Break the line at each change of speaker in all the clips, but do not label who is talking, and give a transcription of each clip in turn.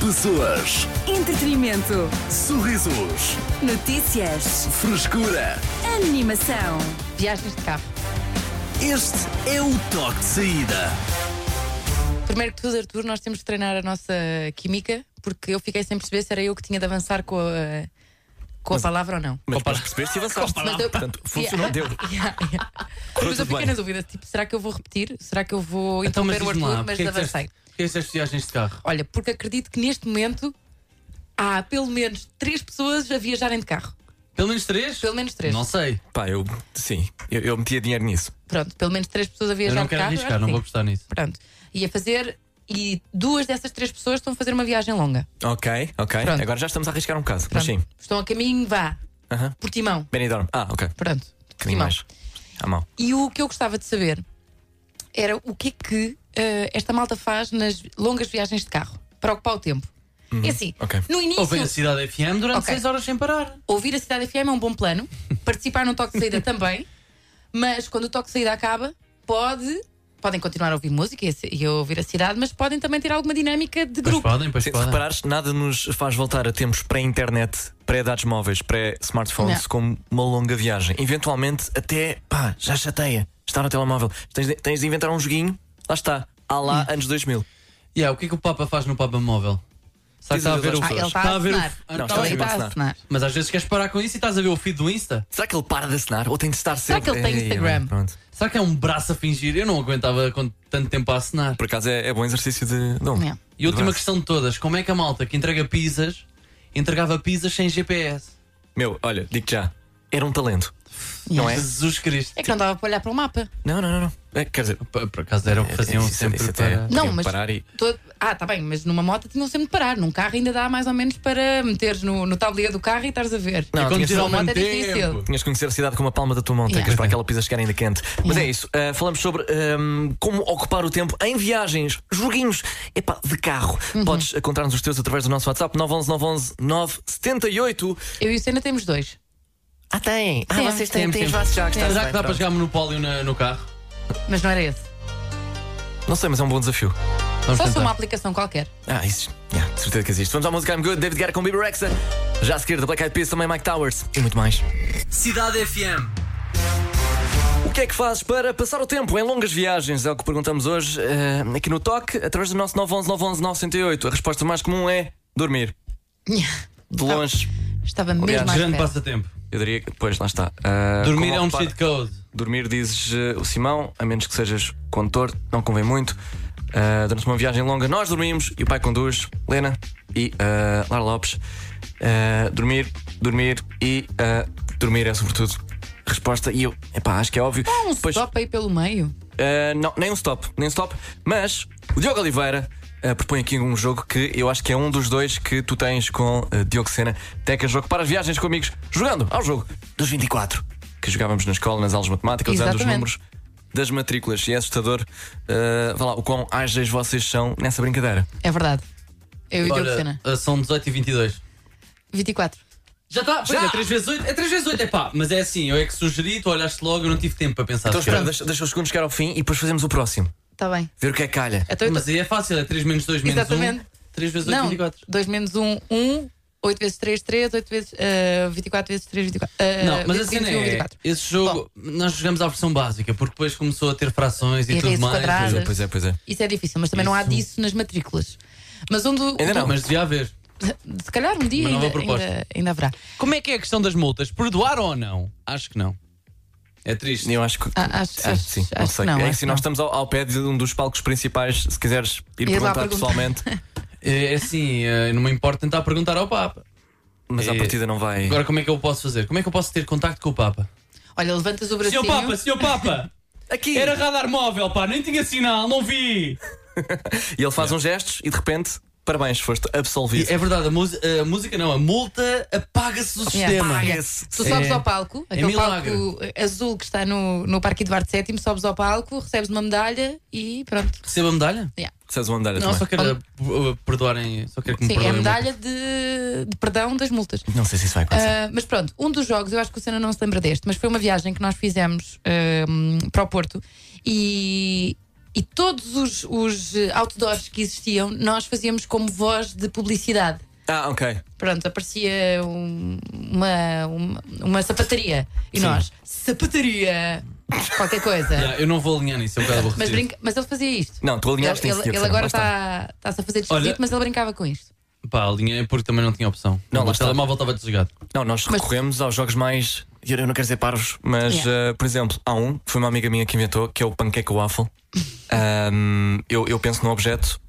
Pessoas,
Entretenimento.
sorrisos,
Notícias.
frescura.
Animação.
Viagens de carro.
Este é o toque de saída.
Primeiro que tudo, Arthur, nós temos de treinar a nossa química, porque eu fiquei sem perceber se era eu que tinha de avançar com a, com a palavra ou não.
Mas depois percebeste e avançaste.
Mas eu-
Portanto, funcionou,
Yeah.
deu.
Yeah, yeah. Mas eu
tudo
fiquei
bem.
na dúvida, tipo, será que eu vou repetir? Será que eu vou
Então, mas
interromper o
diz-me
Arthur?
lá,
Mas
porque é que
avancei.
disseste- porque é que disseste viagens de carro?
Olha, porque acredito que neste momento há pelo menos três pessoas a viajarem de carro.
Pelo menos três?
Pelo menos três.
Não sei.
Pá, eu. Sim, eu, eu metia dinheiro nisso.
Pronto, pelo menos três pessoas a
Eu
viajar
não
de
quero
carro.
arriscar,
acho
não
que
vou
sim.
apostar nisso.
Pronto. E a fazer. E duas dessas três pessoas estão a fazer uma viagem longa.
Ok, ok.
Pronto.
Agora já estamos a arriscar um bocado.
Pronto.
Mas sim.
Estão a caminho, vá.
Aham.
Portimão.
Benidorm. Ah, ok. Um
Pronto.
bocadinho
Portimão.
mais. À mão.
E o que eu gostava de saber era o que é que eh, esta malta faz nas longas viagens de carro para ocupar o tempo. É assim,
Uhum. ok.
no início,
Ouvem a cidade FM durante
Ok.
seis horas sem parar.
ouvir a Cidade FM é um bom plano, participar num toque de saída também, mas quando o toque de saída acaba, pode. Podem continuar a ouvir música e a ci- e a ouvir a cidade, mas podem também ter alguma dinâmica de
Pois
grupo.
podem, pois
Assim, Se
podem.
reparares, nada nos faz voltar a tempos pré-internet, pré-dados móveis, pré-smartphones,
Não.
como uma longa viagem. Eventualmente, até. pá, já chateia. Está no telemóvel. Tens de, tens de inventar um joguinho. Lá está. Há lá, anos 2000.
Yeah, o que é que o Papa faz no Papa Móvel? Será
Diz
que está a
adeus
ver
às
o
Ah,
pessoas.
ele está a
a ver o-
assinar.
Ah,
Não,
tá
está
bem.
Ele está
sempre a
a
assinar.
assinar.
Mas às vezes queres parar com isso e estás a ver o feed do Insta?
Será que ele para de assinar? Ou tem de estar
Será
sempre.
que ele tem
Ei,
Instagram?
Pronto.
Será que é um braço a fingir? Eu não aguentava com tanto tempo a assinar.
Por acaso é, é bom exercício de. Não.
É.
E última
Braço.
questão de todas: como é que a malta que entrega pizzas entregava pizzas sem GPS?
Meu, olha, digo-te já. Era um talento. Não é?
Jesus Cristo.
É que não dava para olhar para o mapa.
Não, não, não. não. É, quer dizer,
Por por acaso era o que faziam
É, isso-
sempre
isso até-
para.
Não,
Tinham
mas.
que parar e-
to- Ah, tá bem, mas numa moto tinham sempre de parar. Num carro ainda dá mais ou menos para meteres no, no tabuleiro do carro e estares a ver.
Não,
e
tinha
conduzir
só
ao
uma
mesmo
moto é difícil.
tempo.
Tinhas de conhecer a cidade com uma palma da tua mão,
Yeah.
tecas para aquela pizza chegar ainda quente. Mas é isso, uh, falamos sobre um, como ocupar o tempo em viagens, joguinhos, epá, de carro. Podes uh, contar-nos os teus através do nosso WhatsApp 911 911 978.
Eu e o Senna temos dois.
Ah, tem! Ah,
Temos,
vocês têm,
temos,
têm os
temos.
vossos jogos. está-se
Será
bem,
que dá para
pronto.
jogar monopólio na- no carro?
Mas não era esse.
Não sei, mas é um bom desafio.
Vamos
Só se
tentar.
for uma aplicação qualquer.
Ah, isso. Yeah, de certeza que existe. Vamos à música I'm Good, David Guerra com Bibi Rexa. Já a seguir, da Black Eyed Peas, também Mike Towers e muito mais.
Cidade FM.
O que é que fazes para passar o tempo em longas viagens? É o que perguntamos hoje eh, aqui no Toque, através do nosso 911 911 908. A resposta mais comum é dormir. De
Ah.
longe,
Estava mesmo mais
Grande
perto.
passatempo.
eu diria que. Pois, lá está. Ah,
Dormir
como
é um
ocupar-
cheat code.
Dormir, dizes eh, o Simão, a menos que sejas condutor, não convém muito. Ah, durante uma viagem longa, nós dormimos e o pai conduz, Lena e ah, Lara Lopes. Ah, dormir, dormir e ah, dormir é sobretudo a resposta. E eu, epá, acho que é óbvio.
Um stop aí pelo meio.
Uh, não, nem um stop, nem um stop. Mas o Diogo Oliveira uh, propõe aqui um jogo que eu acho que é um dos dois que tu tens com uh, Diogo Sena. Teca jogo para as viagens com amigos, jogando ao jogo dos 24, que jogávamos na escola, nas aulas de matemática, usando os
Exatamente.
números das matrículas. E é assustador, uh, vá lá, o quão ágeis vocês são nessa brincadeira.
É verdade. Eu e o Diogo
Ora,
Senna.
ah, são 18 e 22.
24.
Já está, pois é 3 vezes 8, é 3 vezes 8, é pá, mas é assim, eu é que sugeri, tu olhaste logo, eu não tive tempo para pensar
Então
sequer.
espera, deixa, deixa os segundos chegar ao fim e depois fazemos o próximo.
Está Tá bem.
Ver o que é que calha.
Então eu
Mas aí é fácil, é 3 menos 2 menos 1,
Exatamente.
3 vezes 8,
Não,
24.
2 menos 1, 1. 8 vezes 3, 3. 8 vezes eh, 24 vezes 3, 24. Eh,
Não, mas a
vezes
cena
21,
é,
24.
esse jogo, nós jogamos à versão básica, porque depois começou a ter frações e,
E
tudo
raízes
mais.
quadradas.
Pois é, pois é.
Isso é difícil, mas também não há
Isso.
disso nas matrículas. Mas onde.
Ainda não.
Mas devia haver.
Se calhar um dia
Uma nova
ainda,
proposta.
ainda, ainda haverá.
Como é que é a questão das multas? Perdoar ou não? Acho que não. É triste.
Eu acho que.
Ah, acho-
sim,
acho-
sim, não
acho
sei.
que não,
é
acho
assim,
que
nós
não.
estamos ao, ao pé de um dos palcos principais. Se quiseres ir
Ias lá
perguntar
perguntar.
pessoalmente,
É assim, eh, não me importa tentar perguntar ao Papa.
mas à
É.
partida não vai.
Agora como é que eu posso fazer? Como é que eu posso ter contacto com o Papa?
Olha, levantas o bracinho.
Senhor Papa, Senhor Papa!
Aqui!
Era radar móvel, pá, nem tinha sinal, não vi!
E ele faz uns gestos e de repente, parabéns, foste absolvido.
É verdade, a, mus- a música não, a multa apaga-se do
Yeah.
sistema.
Apaga.
Esse-
Tu sobes
É-
ao palco, aquele
milagre.
palco azul que está no, no Parque Eduardo VII, sobes ao palco, recebes uma medalha e pronto.
Receba a medalha?
é-
Recebes uma medalha
Não,
também.
só quero uh, perdoarem. Só quero que me
Sim, é
perdoem.
a medalha de, de perdão das multas.
Não sei se isso vai acontecer.
Ah, mas pronto, um dos jogos, eu acho que o Senna não se ah, lembra deste, mas foi uma viagem que nós fizemos ahm, para o Porto e E todos os, os eh, outdoors que existiam, nós fazíamos como voz de publicidade.
Ah, ok.
Pronto, aparecia um- uma, uma, uma sapataria. E nós, sapataria! Qualquer coisa.
Yeah, eu não vou alinhar nisso, é um bocado
Mas,
aborrecido.
brinca, mas ele fazia isto.
Não, tu alinhaste
ele,
nisso,
ele,
Diogo
ele
Sena,
agora
lá
está está-se a fazer de
Olha-
esquisito, mas ele brincava com isto.
Pá, alinhei porque também não tinha opção.
Não, lá
o
está.
telemóvel estava desligado.
Não, nós
Mas-
recorremos aos jogos mais. Eu não quero dizer parvos, mas
Yeah.
eh, por exemplo, há um que foi uma amiga minha que inventou, que é o Panqueca Waffle. Ahm, eu, eu penso no objeto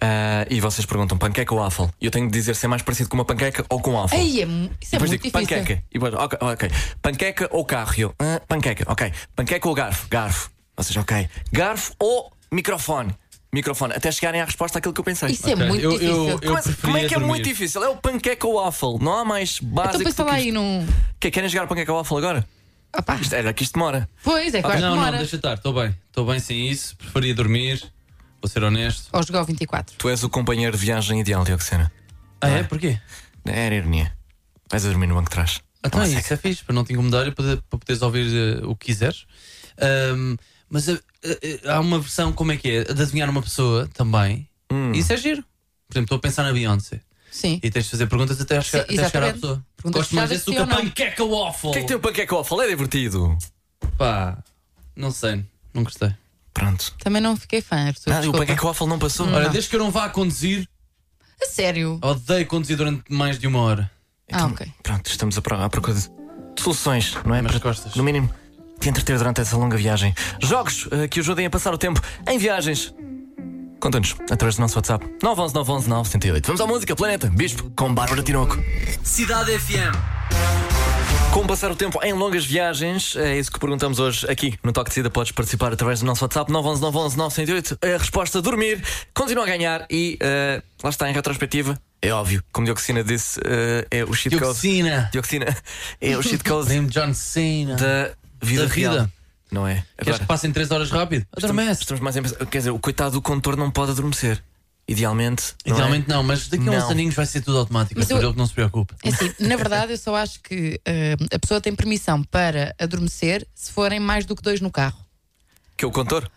ah, e vocês perguntam panqueca ou waffle. E eu tenho de dizer se é mais parecido com uma panqueca ou com um waffle.
Ei, é, mu- isso é
Depois
muito
digo
difícil.
panqueca. E depois, ok, ok. Panqueca ou carro? E eu, ah, panqueca, ok. Panqueca ou garfo? Garfo. Ou seja, ok. Garfo ou microfone? Microfone. Até chegarem à resposta àquilo que eu pensei.
Isso é
Ok,
muito
eu-
difícil.
eu- eu-
como, é, como é que é
preferia
muito
dormir.
difícil? É o panqueca ou waffle. Não há mais básico.
Então
do
pensa lá
que
aí
isto.
num.
Que é, querem jogar panqueca ou waffle agora?
Opá,
Isto era que isto demora.
pois é, que
não, não,
demora.
deixa estar, estou bem. Estou bem sem isso, preferia dormir, vou ser honesto.
Ou jogou 24.
Tu és o companheiro de viagem ideal, Diogo Sena.
Ah, é? Porquê?
Era ironia. Vais a dormir no banco de trás.
Então,
Ela
isso
seca.
é fixe, para não te incomodar e poder, para poderes ouvir eh, o que quiseres. Ahm, mas eh, eh, há uma versão, como é que é? De adivinhar uma pessoa também.
Hum.
Isso é giro. Por exemplo, estou a pensar na Beyoncé
Sim.
e tens de fazer perguntas até, a
Sim,
chegar- até chegar à
exatamente.
pessoa.
Perguntas
Gosto mais
fechadas,
desse do
sim
que a
ou não?
panqueca waffle.
O que é que tem o panqueca ou waffle? É divertido.
Pá, não sei, não gostei.
Pronto.
Também não fiquei fã, Arthur.
Ah, e o
desculpa.
panqueca ou waffle não passou.
Olha, desde que eu não vá a conduzir,
A sério.
Oh,
odeio conduzir durante mais de uma hora.
Ah, ok.
Então, Pronto, estamos à pro- à procura de de soluções, não é?
Mas
Para-
costas.
No mínimo, te entreter durante essa longa viagem. Jogos eh, que ajudem a passar o tempo em viagens. Conta-nos através do nosso WhatsApp 911 911 978. Vamos à música Planeta Bispo com Bárbara Tinoco.
Cidade FM.
Como passar o tempo em longas viagens? É isso que perguntamos hoje aqui no Toque de Cida. Podes participar através do nosso WhatsApp 911 911 908. É A resposta dormir continua a ganhar e eh, lá está em retrospectiva. É óbvio, como Diogo Sina disse, eh, é o cheat code.
Dioxina,
Dioxina é o cheat code
Dame John Cena.
da vida
Da vida.
real. Não é?
Queres que
Agora,
passem 3 horas rápido? Adormece.
estamos mais em... Quer dizer, o coitado do condutor não pode adormecer. Idealmente. não é?
Idealmente não, mas daqui a uns
Não.
aninhos vai ser tudo automático.
Mas
Mas eu...
eu-
não se preocupe.
É assim, na verdade, eu só acho que eh, a pessoa tem permissão para adormecer se forem mais do que dois no carro.
Que é o condutor?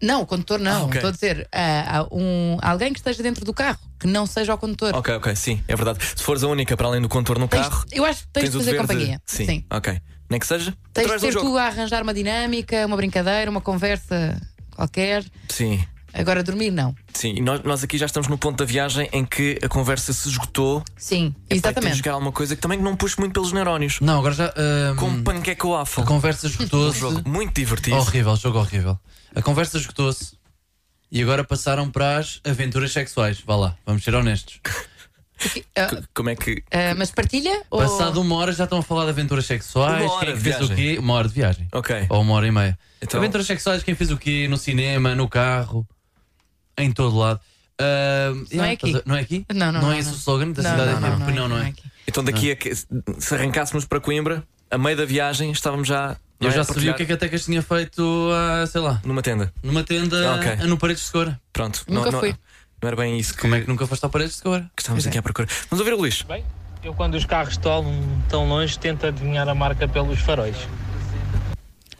Não, o condutor não.
Ah, ok.
Estou a dizer, ah, há um, alguém que esteja dentro do carro, que não seja o condutor.
Ok, ok, sim, é verdade. Se fores a única para além do condutor no
Tens-
carro.
eu acho que tens, de
o
fazer
dever
companhia.
Sim. Ok. Nem que seja.
Tens de
através de um
ser
jogo.
tu a arranjar uma dinâmica, uma brincadeira, uma conversa qualquer.
Sim.
Agora dormir, não.
Sim, e nós, nós aqui já estamos no ponto da viagem em que a conversa se esgotou. É
Sim,
Tem de
exatamente.
jogar alguma coisa que também não puxe muito pelos neurónios.
Não, agora já. hum,
Como panqueca ou waffle. Um
a conversa esgotou-se.
Jogo muito divertido.
horrível, jogo horrível. A conversa esgotou-se e agora passaram para as aventuras sexuais. Vá lá, vamos ser honestos.
Ah,
C- Como é que.
ah, mas partilha? ou-
Passado uma hora já estão a falar de aventuras sexuais.
Uma hora
quem é que
de
fez o
viagem.
quê? Uma hora de viagem.
Ok.
Ou uma hora e meia.
Então-
Aventuras sexuais, quem fez o quê? No cinema, no carro, em todo lado. Hum, yeah,
é aqui.
estás a- Não é aqui?
Não, não,
Não
não,
é esse
não.
o slogan da
Não,
cidade
não,
FM?
não,
Pois
não é,
não
não é
é.
aqui.
Então daqui a que. Se arrancássemos para Coimbra, a meio da viagem, estávamos já. não
Eu
é,
já
a
sabia o
partilhar
que é que a Tecas tinha feito, ah, sei lá,
Numa tenda.
numa tenda
Ah, ok.
ah, no Paredes de Cora.
Pronto.
Nunca
não,
fui. é.
Não, não era bem isso que,
Como é que nunca foste ao Paredes de Cora?
que estávamos aqui à procura. Vamos ouvir o Luís.
Bem, eu quando os carros estão tão longe tento adivinhar a marca pelos faróis.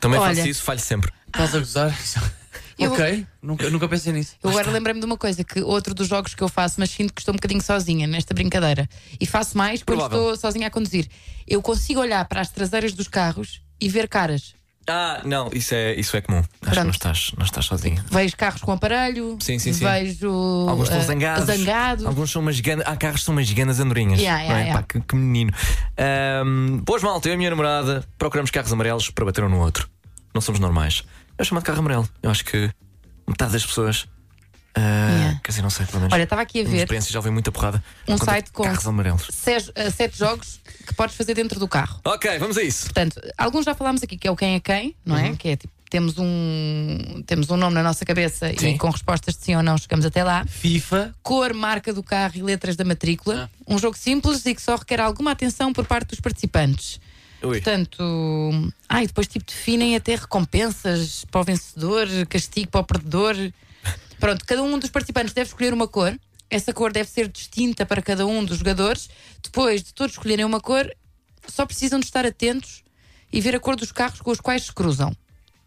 Também
Olha.
faço isso, falho sempre.
Estás a gozar?
Ah. Eu-
ok, nunca, nunca pensei nisso.
Eu agora lembrei-me de uma coisa, que outro dos jogos que eu faço, mas sinto que estou um bocadinho sozinha nesta brincadeira. E faço mais quando
Provável.
estou sozinha a conduzir. Eu consigo olhar para as traseiras dos carros e ver caras.
Ah, não, isso é, isso é comum. Acho que
Pronto.
não estás, não estás sozinho.
Vejo carros com aparelho,
Sim, sim, sim.
vejo
Alguns estão
ah,
zangados.
zangado.
Alguns são umas gigantes. Há carros que são umas gigantes andorinhas.
Yeah, yeah,
não é?
yeah.
Pá, que, que menino. Ahm, pois malta, eu e a minha namorada procuramos carros amarelos para bater um no outro. Não somos normais. É o chamado carro amarelo. Eu acho que metade das pessoas. ah,
Yeah.
Quer dizer, não sei, pelo menos.
Olha, estava aqui a
minha
ver
experiência já ouvi muita porrada.
Um
Enquanto
site com-
Carros amarelos.
ses- ah, sete jogos que podes fazer dentro do carro.
Ok, vamos a isso.
Portanto, alguns já falámos aqui que é o quem é quem, não
Uhum.
é? Que é tipo, temos um, temos um nome na nossa cabeça
Sim.
e com respostas de sim ou não chegamos até lá.
FIFA,
Cor, marca do carro e letras da matrícula.
Ah.
Um jogo simples e que só requer alguma atenção por parte dos participantes.
Ui.
Portanto, ai, depois tipo definem até recompensas para o vencedor, castigo para o perdedor. Pronto, cada um dos participantes deve escolher uma cor. Essa cor deve ser distinta para cada um dos jogadores. Depois de todos escolherem uma cor, só precisam de estar atentos e ver a cor dos carros com os quais se cruzam.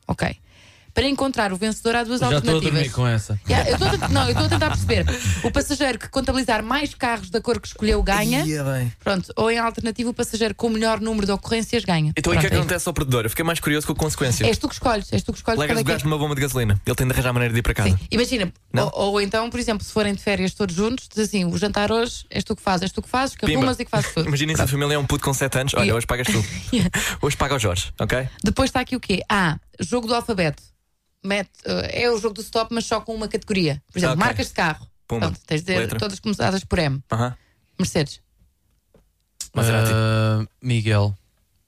Ok. Para encontrar o vencedor há duas
Já estou a
alternativas.
dormir com essa.
Yeah, Ah, eu estou a tent- não, eu estou a tentar perceber. O passageiro que contabilizar mais carros da cor que escolheu ganha.
Ia bem.
Pronto, ou em alternativa, o passageiro com o melhor número de ocorrências ganha.
Então e o que é que
Pronto,
acontece ao perdedor? Eu fiquei mais curioso com a consequência.
é És tu que escolhes, és tu que escolhes
Legas
qual é
o
que é.
gajo numa bomba de gasolina. Ele tem de arranjar a maneira de ir para casa.
Sim, imagina,
Não?
ou, ou então, por exemplo, se forem de férias todos juntos, diz assim: o jantar hoje és tu que fazes, és tu que fazes, que
Pimba.
arrumas e que fazes tudo.
Imaginem se a família é um puto com 7 anos. Olha,
Yeah.
hoje pagas tu. Hoje paga o Jorge, ok?
Depois está aqui o quê? Ah, jogo do alfabeto. Mete, eh, é o jogo do stop, mas só com uma categoria. Por exemplo,
Ok.
marcas de carro.
Pumba.
Pronto, tens de dizer
Letra.
todas começadas por M.
Aham.
Mercedes.
Maserati.
Ah, Miguel,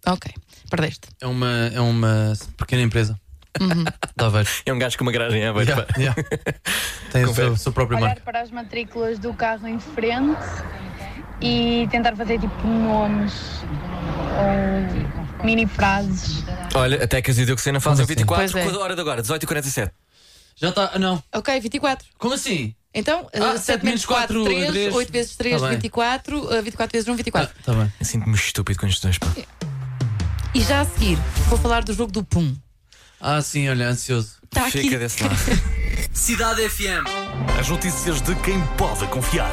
Ok, perdeste.
é uma, é uma pequena empresa.
Uhum.
Dá ver.
É um gajo com uma garagem, é,
Yeah,
yeah.
yeah. Tem a sua,
Confere.
sua própria
olhar
marca.
para as matrículas do carro em frente e tentar fazer tipo nomes ou mini frases.
Olha, até que as Diocesana fazem
Como assim?
24
Pois é.
com a hora de agora, 18h47.
Já está. Não.
Ok, 24.
Como assim?
Então,
Ah,
7 menos 4, 3,
três.
8 vezes 3,
Tá bem.
24, eh, 24 vezes 1, 24.
Está Ah, tá bem.
Eu sinto-me estúpido com estes dois, pá.
E já a seguir, vou falar do jogo do Pum.
Ah, sim, olha, ansioso.
Está
Fica
Tá aqui.
desse lado.
Cidade FM. As notícias de quem pode confiar.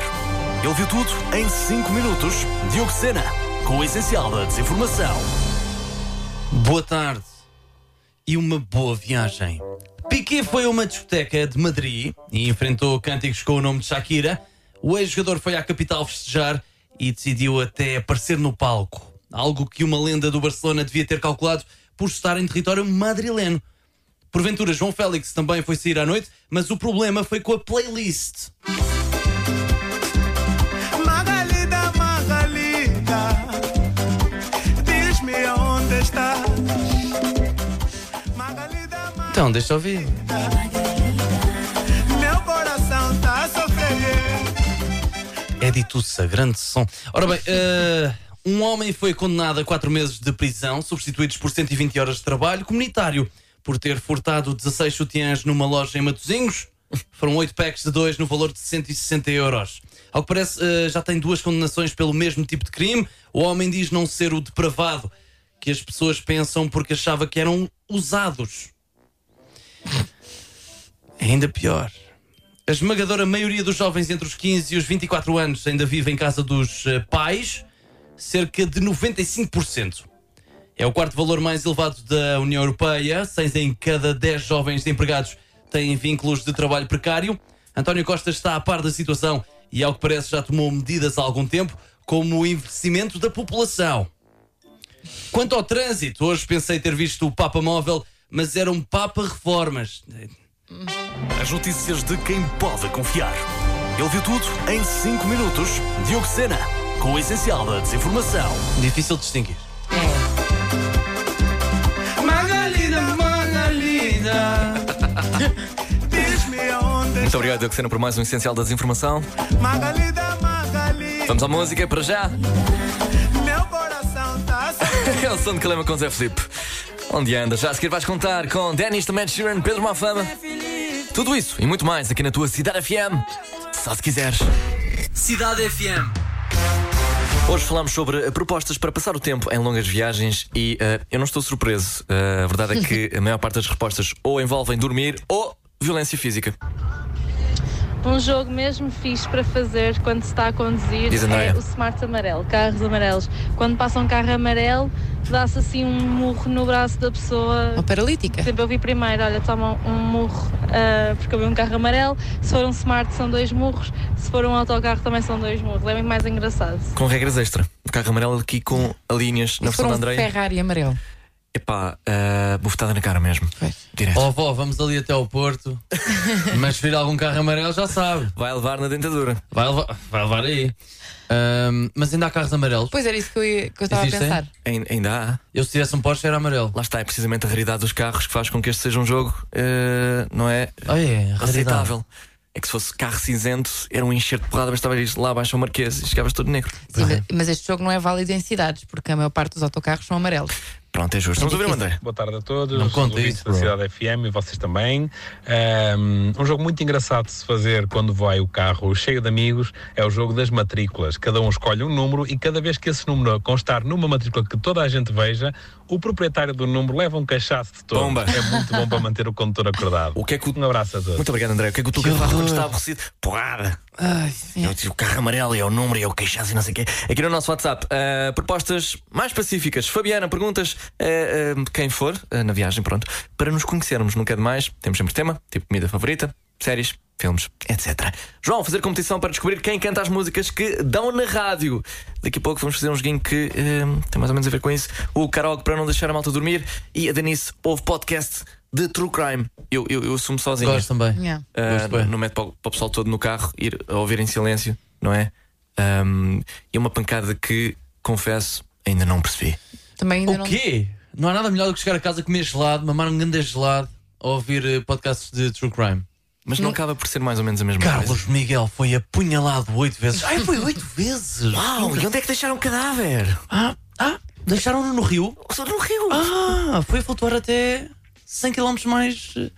Ele viu tudo em 5 minutos. Diogo Sena, com o essencial da desinformação.
Boa tarde e uma boa viagem. Piquet foi a uma discoteca de Madrid e enfrentou cânticos com o nome de Shakira. O ex-jogador foi à capital festejar e decidiu até aparecer no palco. Algo que uma lenda do Barcelona devia ter calculado por estar em território madrileno. Porventura, João Félix também foi sair à noite, mas o problema foi com a playlist.
Magalida, Magalida, diz-me onde estás. Magalida, Magalida,
Então, deixa eu ouvir.
meu coração tá sofrendo.
É de Tussa, grande som. Ora bem, eh, um homem foi condenado a 4 meses de prisão, substituídos por 120 horas de trabalho comunitário, por ter furtado 16 sutiãs numa loja em Matosinhos. Foram 8 packs de 2 no valor de 160 euros. Ao que parece, eh, já tem duas condenações pelo mesmo tipo de crime. O homem diz não ser o depravado, que as pessoas pensam porque achava que eram usados. Ainda pior. A esmagadora maioria dos jovens entre os 15 e os 24 anos ainda vive em casa dos eh, pais, cerca de 95%. É o quarto valor mais elevado da União Europeia. Seis em cada 10 jovens empregados têm vínculos de trabalho precário. António Costa está a par da situação e, ao que parece, já tomou medidas há algum tempo, como o envelhecimento da população. Quanto ao trânsito, hoje pensei ter visto o Papa Móvel, mas era um Papa Reformas. É
As notícias de quem pode confiar. Ele viu tudo em 5 minutos. Diogo Sena, com o essencial da desinformação.
Difícil de distinguir.
É.
Magalida, Magalida.
Diz-me onde
Muito obrigado, Diocesana, por mais um essencial da desinformação.
estás. Magalida, Magalida,
Vamos à música para já.
meu coração tá sofrendo.
É o som de Calema com Zé Felipe. Onde andas? Já a seguir vais contar com Dennis, também Sheeran, Pedro Mafama. Tudo isso e muito mais aqui na tua Cidade FM. Só se quiseres.
Cidade FM.
Hoje falamos sobre eh, propostas para passar o tempo em longas viagens e eh, eu não estou surpreso. Eh, a verdade é que a maior parte das respostas ou envolvem dormir ou violência física.
Um jogo mesmo fixe para fazer quando se está a conduzir
Diz, Andréia.
é o Smart Amarelo, carros amarelos. Quando passa um carro amarelo, dá-se assim um murro no braço da pessoa.
Uma paralítica.
Sempre eu vi primeiro, olha, toma um murro ah, porque eu vi um carro amarelo. Se for um Smart, são dois murros. Se for um autocarro, também são dois murros. É muito mais engraçado.
Com regras extra. O carro amarelo aqui com linhas na
Se for
versão da
um
Andreia.
Ferrari amarelo.
Epá, eh, bufetada na cara mesmo.
Pois.
Direto.
Ó Oh, vó, vamos ali até ao Porto. Mas se vir algum carro amarelo, já sabe.
Vai levar na dentadura.
Vai levar, vai levar aí. Ahm, mas ainda há carros amarelos.
Pois era isso que eu, ia- que eu estava a
Existem?
pensar.
Ain- Ainda há.
Eu, se tivesse um Porsche, era amarelo.
Lá está, é precisamente a raridade dos carros que faz com que este seja um jogo, eh, não é?
Ah, é, raridade.
Aceitável. É que se fosse carro cinzento, era um enxerto de porrada, bastava ir lá abaixo ao Marquês e chegavas todo negro.
né?
Sim, mas- mas este jogo não é válido em cidades, porque a maior parte dos autocarros são amarelos.
Pronto, é justo. Vamos ouvir o André.
Boa tarde a todos,
Não conta
ouvintes
isso,
da
bro.
Cidade FM e vocês também. Um, um jogo muito engraçado de se fazer quando vai o carro cheio de amigos é o jogo das matrículas. Cada um escolhe um número e cada vez que esse número constar numa matrícula que toda a gente veja, o proprietário do número leva um cachaço de todos.
Bomba.
É muito bom para manter o condutor acordado.
O que é que o-
Um abraço a todos.
Muito obrigado, André. O que é que o teu carro quando está aborrecido? Porrada!
Ai, sim.
É o- O carro amarelo, é o número, é o queixaço e não sei o quê. Aqui no nosso WhatsApp, ah, propostas mais pacíficas. Fabiana, perguntas ah, ah, quem for ah, na viagem, pronto, para nos conhecermos. Nunca é demais. Temos sempre tema, tipo comida favorita, séries, filmes, etc. João, fazer competição para descobrir quem canta as músicas que dão na rádio. Daqui a pouco vamos fazer um joguinho que ah, tem mais ou menos a ver com isso. O karaoke para não deixar a malta dormir e a Denise ouve podcast de True Crime. Eu, eu, eu assumo sozinho.
Gosto também.
Yeah.
Gosto
Uh,
bem.
não mete para o, para o pessoal todo no carro ir a ouvir em silêncio, não é? Um, e é uma pancada que, confesso, ainda não percebi.
Também ainda
O
não.
quê? Não há nada melhor do que chegar a casa, comer gelado, mamar um grande gelado ou ouvir eh, podcasts de true crime.
Mas não acaba por ser mais ou menos a mesma coisa.
Carlos Miguel foi apunhalado oito vezes. Ai, foi oito vezes!
Uau, e onde é que deixaram o cadáver?
Ah, ah, deixaram-no no rio?
Só no rio.
Ah, foi flutuar até 100 km mais eh,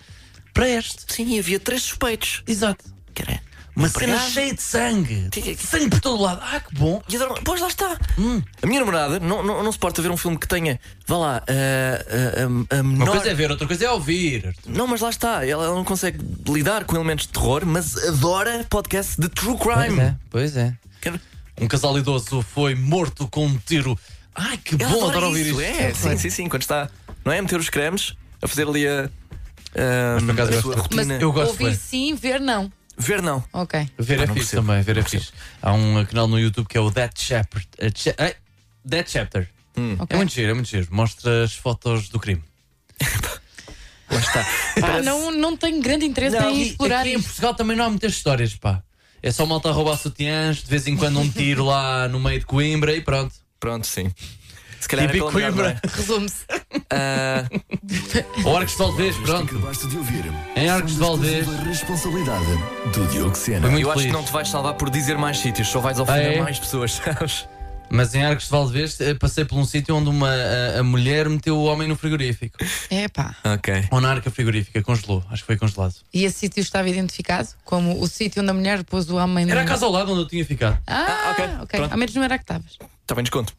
para este.
Sim, e havia três suspeitos.
Exato.
Caralho.
Uma
empregado.
cena cheia de sangue.
Que- que-
Sangue por todo lado. Ah, que bom.
E adoram- Pois lá está. Hum. A minha namorada não, não, não suporta ver um filme que tenha, vá lá, ah, a- a, a, a
Uma
menor.
coisa é ver, outra coisa é ouvir.
Não, mas lá está. Ela, ela não consegue lidar com elementos de terror, mas adora podcast de true crime.
pois é.
Quero-
Um casal idoso foi morto com um tiro. Ai, que
Eu
bom,
adoro
adoro ouvir
isso,
isto.
É, sim, sim, sim, quando está, não é? A meter os cremes, a fazer ali a, ah,
por acaso
a
eu
sua
gosto.
rotina.
Mas
Eu gosto
ouvir
bem.
sim, ver não.
Ver não.
Ok.
Ver
Pá,
é
não
fixe
percebo,
também, ver é
não
fixe. Há um uh, canal no YouTube que é o That Chapter. uh, Cha- ai, That Chapter. É
ok.
muito giro, é muito giro. Mostra as fotos do crime.
Lá está.
Pá, não, não tenho grande interesse em
E
explorar
aqui em
isto.
Portugal também não há muitas histórias, pá. É só malta a roubar sutiãs, de vez em quando um tiro lá no meio de Coimbra e pronto.
Pronto, sim. Se calhar
Típico
é pela melhor,
Coimbra.
Resume-se.
não é? Ah,
Ou Arcos de Valdez, pronto.
Acabaste de ouvir.
Em Arcos de Valdez.
Exclusiva responsabilidade do Diogo Sena.
Foi muito
eu acho
feliz.
que não te vais salvar por dizer mais sítios, só vais ofender
Ah, é?
mais pessoas, sabes?
Mas em Arcos de Valdez eh, passei por um sítio onde uma, a, a mulher meteu o homem no frigorífico.
É pá.
Ok.
Ou na arca frigorífica, congelou. Acho que foi congelado.
E esse sítio estava identificado como o sítio onde a mulher pôs o homem no-
Era a casa ao lado onde eu tinha ficado.
Ah,
Ah, ok.
ok.
Pronto.
Ao menos não era que estavas.
Está Tá bem desconto.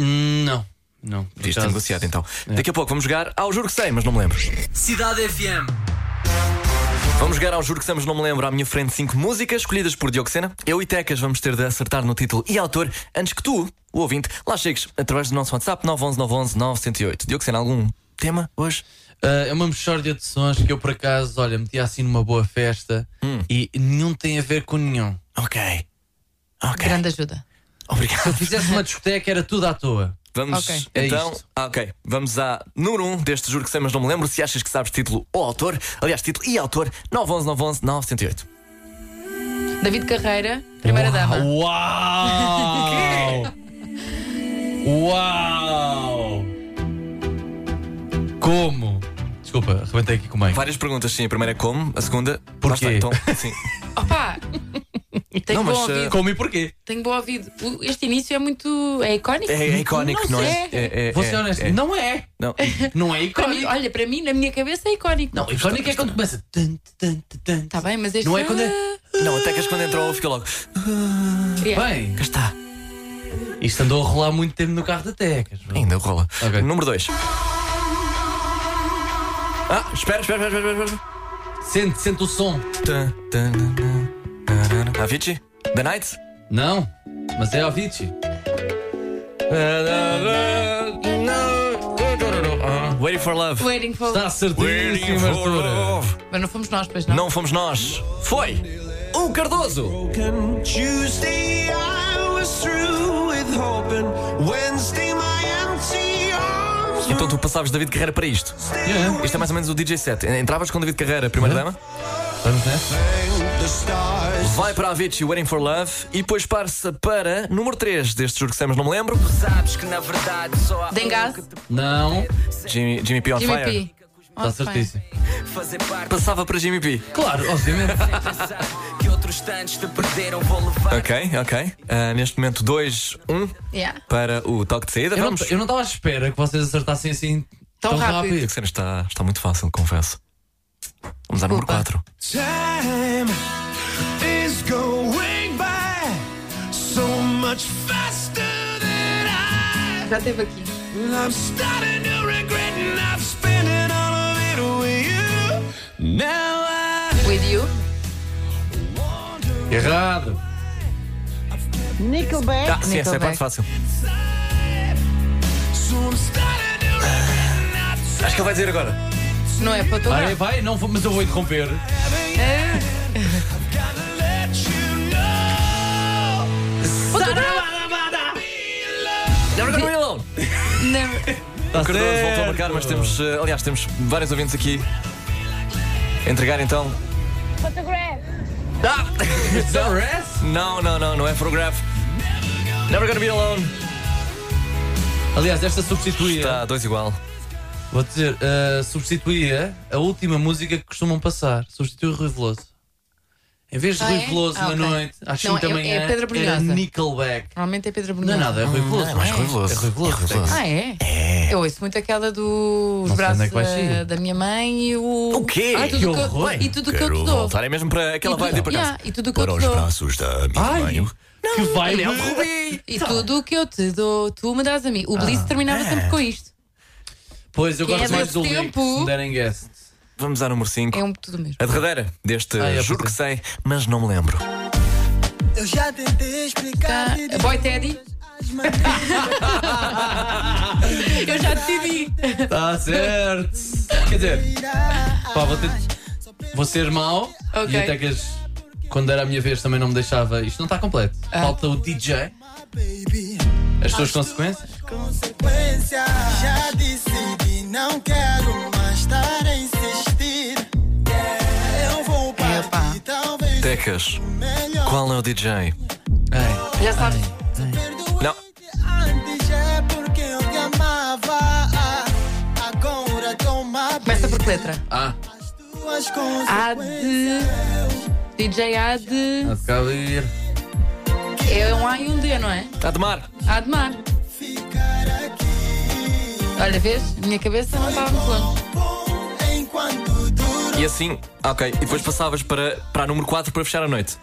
Hum, Não, não. por
Podias ter
acaso- É.
negociado então. Daqui a pouco vamos jogar ao Juro que Sei, mas não me lembro.
Cidade FM.
Vamos jogar ao Juro que Sei, mas não me lembro. À minha frente, cinco músicas escolhidas por Diogo Sena. Eu e Tecas vamos ter de acertar no título e autor antes que tu, o ouvinte, lá chegues através do nosso WhatsApp 911 911 908. Diogo Sena, algum tema hoje?
Ah, é uma mexórdia de sons que eu por acaso, olha, metia assim numa boa festa
Hum.
e nenhum tem a ver com nenhum.
Ok. Ok.
Grande ajuda.
Se eu
Obrigado.
fizesse uma discoteca era tudo à toa.
Vamos
Ok.
É
então.
isto.
ah, ok. Vamos à número 1 deste Juro que Sei, mas não me lembro. Se achas que sabes título ou autor, aliás, título e autor 911 911 908.
David Carreira, primeira dama.
Uau! Uau! Como? Desculpa, arrebentei aqui com o meio.
Várias perguntas, sim. A primeira é como, a segunda.
Porquê?
lá está, então, sim.
Opa! Tenho
Não, mas,
bom
eh,
ouvido.
Como e porquê?
Tenho bom ouvido. O- Este início é muito. É icónico.
É, é icónico, não, é?
sei.
É, é,
Vou ser
é,
honesto,
é.
não é.
Não.
Não é
Para mim,
icónico.
olha, para mim, na minha cabeça é icónico.
Não, icónico é quando começa.
Está
Está
bem, mas este.
Não é quando é-
Não, até que quando entrou fica logo.
Yeah.
Bem,
Cá está.
isto andou a rolar muito tempo no carro da Tecas. vá.
Ainda rola.
Ok.
Número 2. Ah, espera, espera, espera, espera, espera.
Sente, sente o som.
Tan, tan, nan, nan, nan, nan. Avicii? The Night?
Não, mas é Avicii.
Waiting for Love.
Waiting for.
Está certíssimo, Arthur.
Mas não fomos nós, pois não.
Não fomos nós. Foi o Cardoso.
Tuesday I was through with hoping. Wednesday my empty arms
Então tu passavas David Carreira para isto.
Yeah.
Isto é mais ou menos o DJ set. Entravas com David Carreira, primeira dama.
Vamos nessa?
were the stars.
Vai para Avicii, Waiting for Love. E depois passa para número 3 deste Juro que Samos, não me lembro.
Sabes que na verdade só há
Dengas,
Não.
Jimmy, Jimmy P on
Jimmy
Fire.
P.
Está certíssimo.
Fazer parte.
Passava para Jimmy P.
Claro, obviamente.
que outros tantos te perderam, vou levar.
Ok, ok. Ah, neste momento 2-1
Yeah.
para o toque de saída.
Eu não-
Vamos.
eu não estava à espera que vocês acertassem assim
Tão rápido.
A cena Está, está muito fácil, confesso. Vamos à número 4.
Time is going by so much faster than I.
Já teve aqui.
And I'm starting to regret and I'm spending all of it with you. Now I.
With you?
Errado.
Nickelback.
Ah, sim, essa é a parte fácil. Acho que ele vai dizer agora.
Não é para tocar.
Vai, vai, não, vou- mas eu vou interromper.
É. Vou tocar.
Never gonna be alone.
Tá
Never.
o Cardoso voltou a marcar, mas temos, eh, aliás, temos vários ouvintes aqui. Entregar então.
Photograph.
Ah! Não, não, não, não é Photograph. Never gonna be alone.
Aliás, esta substituía.
Está dois igual.
Vou dizer, eh, substituía a última música que costumam passar. Substitui o Rui Veloso. Em vez de
Ah,
Rui
é?
Veloso
Ah,
na
ok.
noite, às
Não,
5 da
é-
manhã,
é Pedra
era
Brunhosa.
Nickelback.
Normalmente é Pedro Ah,
Não é
Brunhosa.
nada, é Rui Veloso.
é mais Rui Veloso.
É Rui Veloso. tem que ser.
Ah, é? Eu ouço muito aquela dos
Não sei
braços
onde é que vai
da,
sair.
da minha mãe e o. O
quê?
Ai, tudo
Que
o que eu-
horror.
e tudo o que eu
Quero
te dou.
voltar. É mesmo para aquela
E
vai
tudo-
dizer para
yeah,
casa.
e tudo o que eu te dou.
braços da minha
Ai,
mãe.
Que vai,
Não, Rubi!
E tudo o que eu te dou, tu me dás a mim. O Blizz terminava sempre com isto.
Pois, eu
Que é
gosto mais
do
do Lix,
tempo.
se me derem guest.
Vamos à número 5.
É um tudo mesmo.
A derradeira deste
Ah, é,
Juro que sei, mas não me lembro.
Eu já tentei explicar.
Tá. Boy Teddy. eu já decidi.
Tá certo. Quer dizer, pá, vou, ter- vou ser mau.
Ok.
E até que as- quando era a minha vez também não me deixava. Isto não está completo.
Ah.
Falta o DJ,
Baby,
as suas consequências.
consequência. Já decidi, não quero mais estar a insistir. Eu vou partir, talvez
Tecas,
o melhor.
qual é o DJ?
Já sabes.
Não,
Antes é porque eu te amava. Agora toma
Começa por que letra?
Ah,
tuas
A de. DJ A de.
a caber.
É um A e um D, não é?
está de mar.
A de mar. Olha, vês? Minha cabeça não estava muito longe.
E assim, ok. E depois passavas para, para a número 4 para fechar a noite.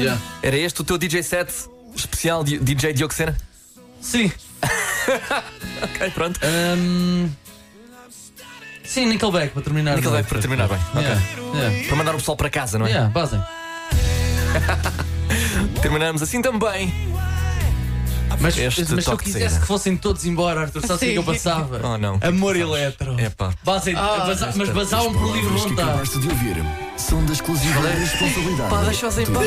Yeah.
Era este o teu DJ set especial di- DJ Dioxena?
Sim.
ok, pronto.
Hum, sim, Nickelback para terminar. é?
Nickelback para terminar bem. Ok.
Yeah, yeah.
Para mandar o pessoal para casa, não é?
Yeah, basem.
Terminamos assim também.
Mas,
Este
mas se eu
toque de
quisesse
saída.
que fossem todos embora, Arthur, sabes o que é que eu
Sim.
passava?
Oh, não. É.
Amor eletro.
Epá.
Basem, basa- mas basavam por livre vontade.
é de ouvir são da exclusiva responsabilidade.
Pá, deixa-os em paz.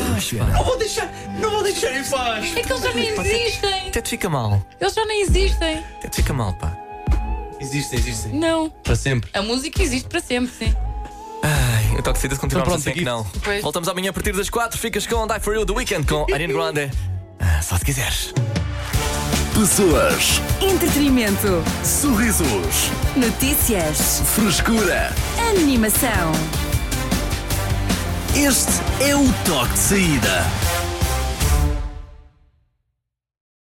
Não vou deixar, não vou deixar em paz.
É que eles já nem existem.
Até te fica mal.
Eles já nem existem.
Até te fica mal, pá.
Existem, existem.
Não.
Para sempre.
A música existe para sempre, sim.
Eu toque saídas continuamos
Então
assim
pronto,
é que não.
Pois.
Voltamos amanhã a partir das 4. Ficas com Die For You The Weekend com Ariana Grande. Ah, só se quiseres.
Pessoas,
Entretenimento.
sorrisos,
Notícias.
frescura.
Animação.
Este é o toque de saída.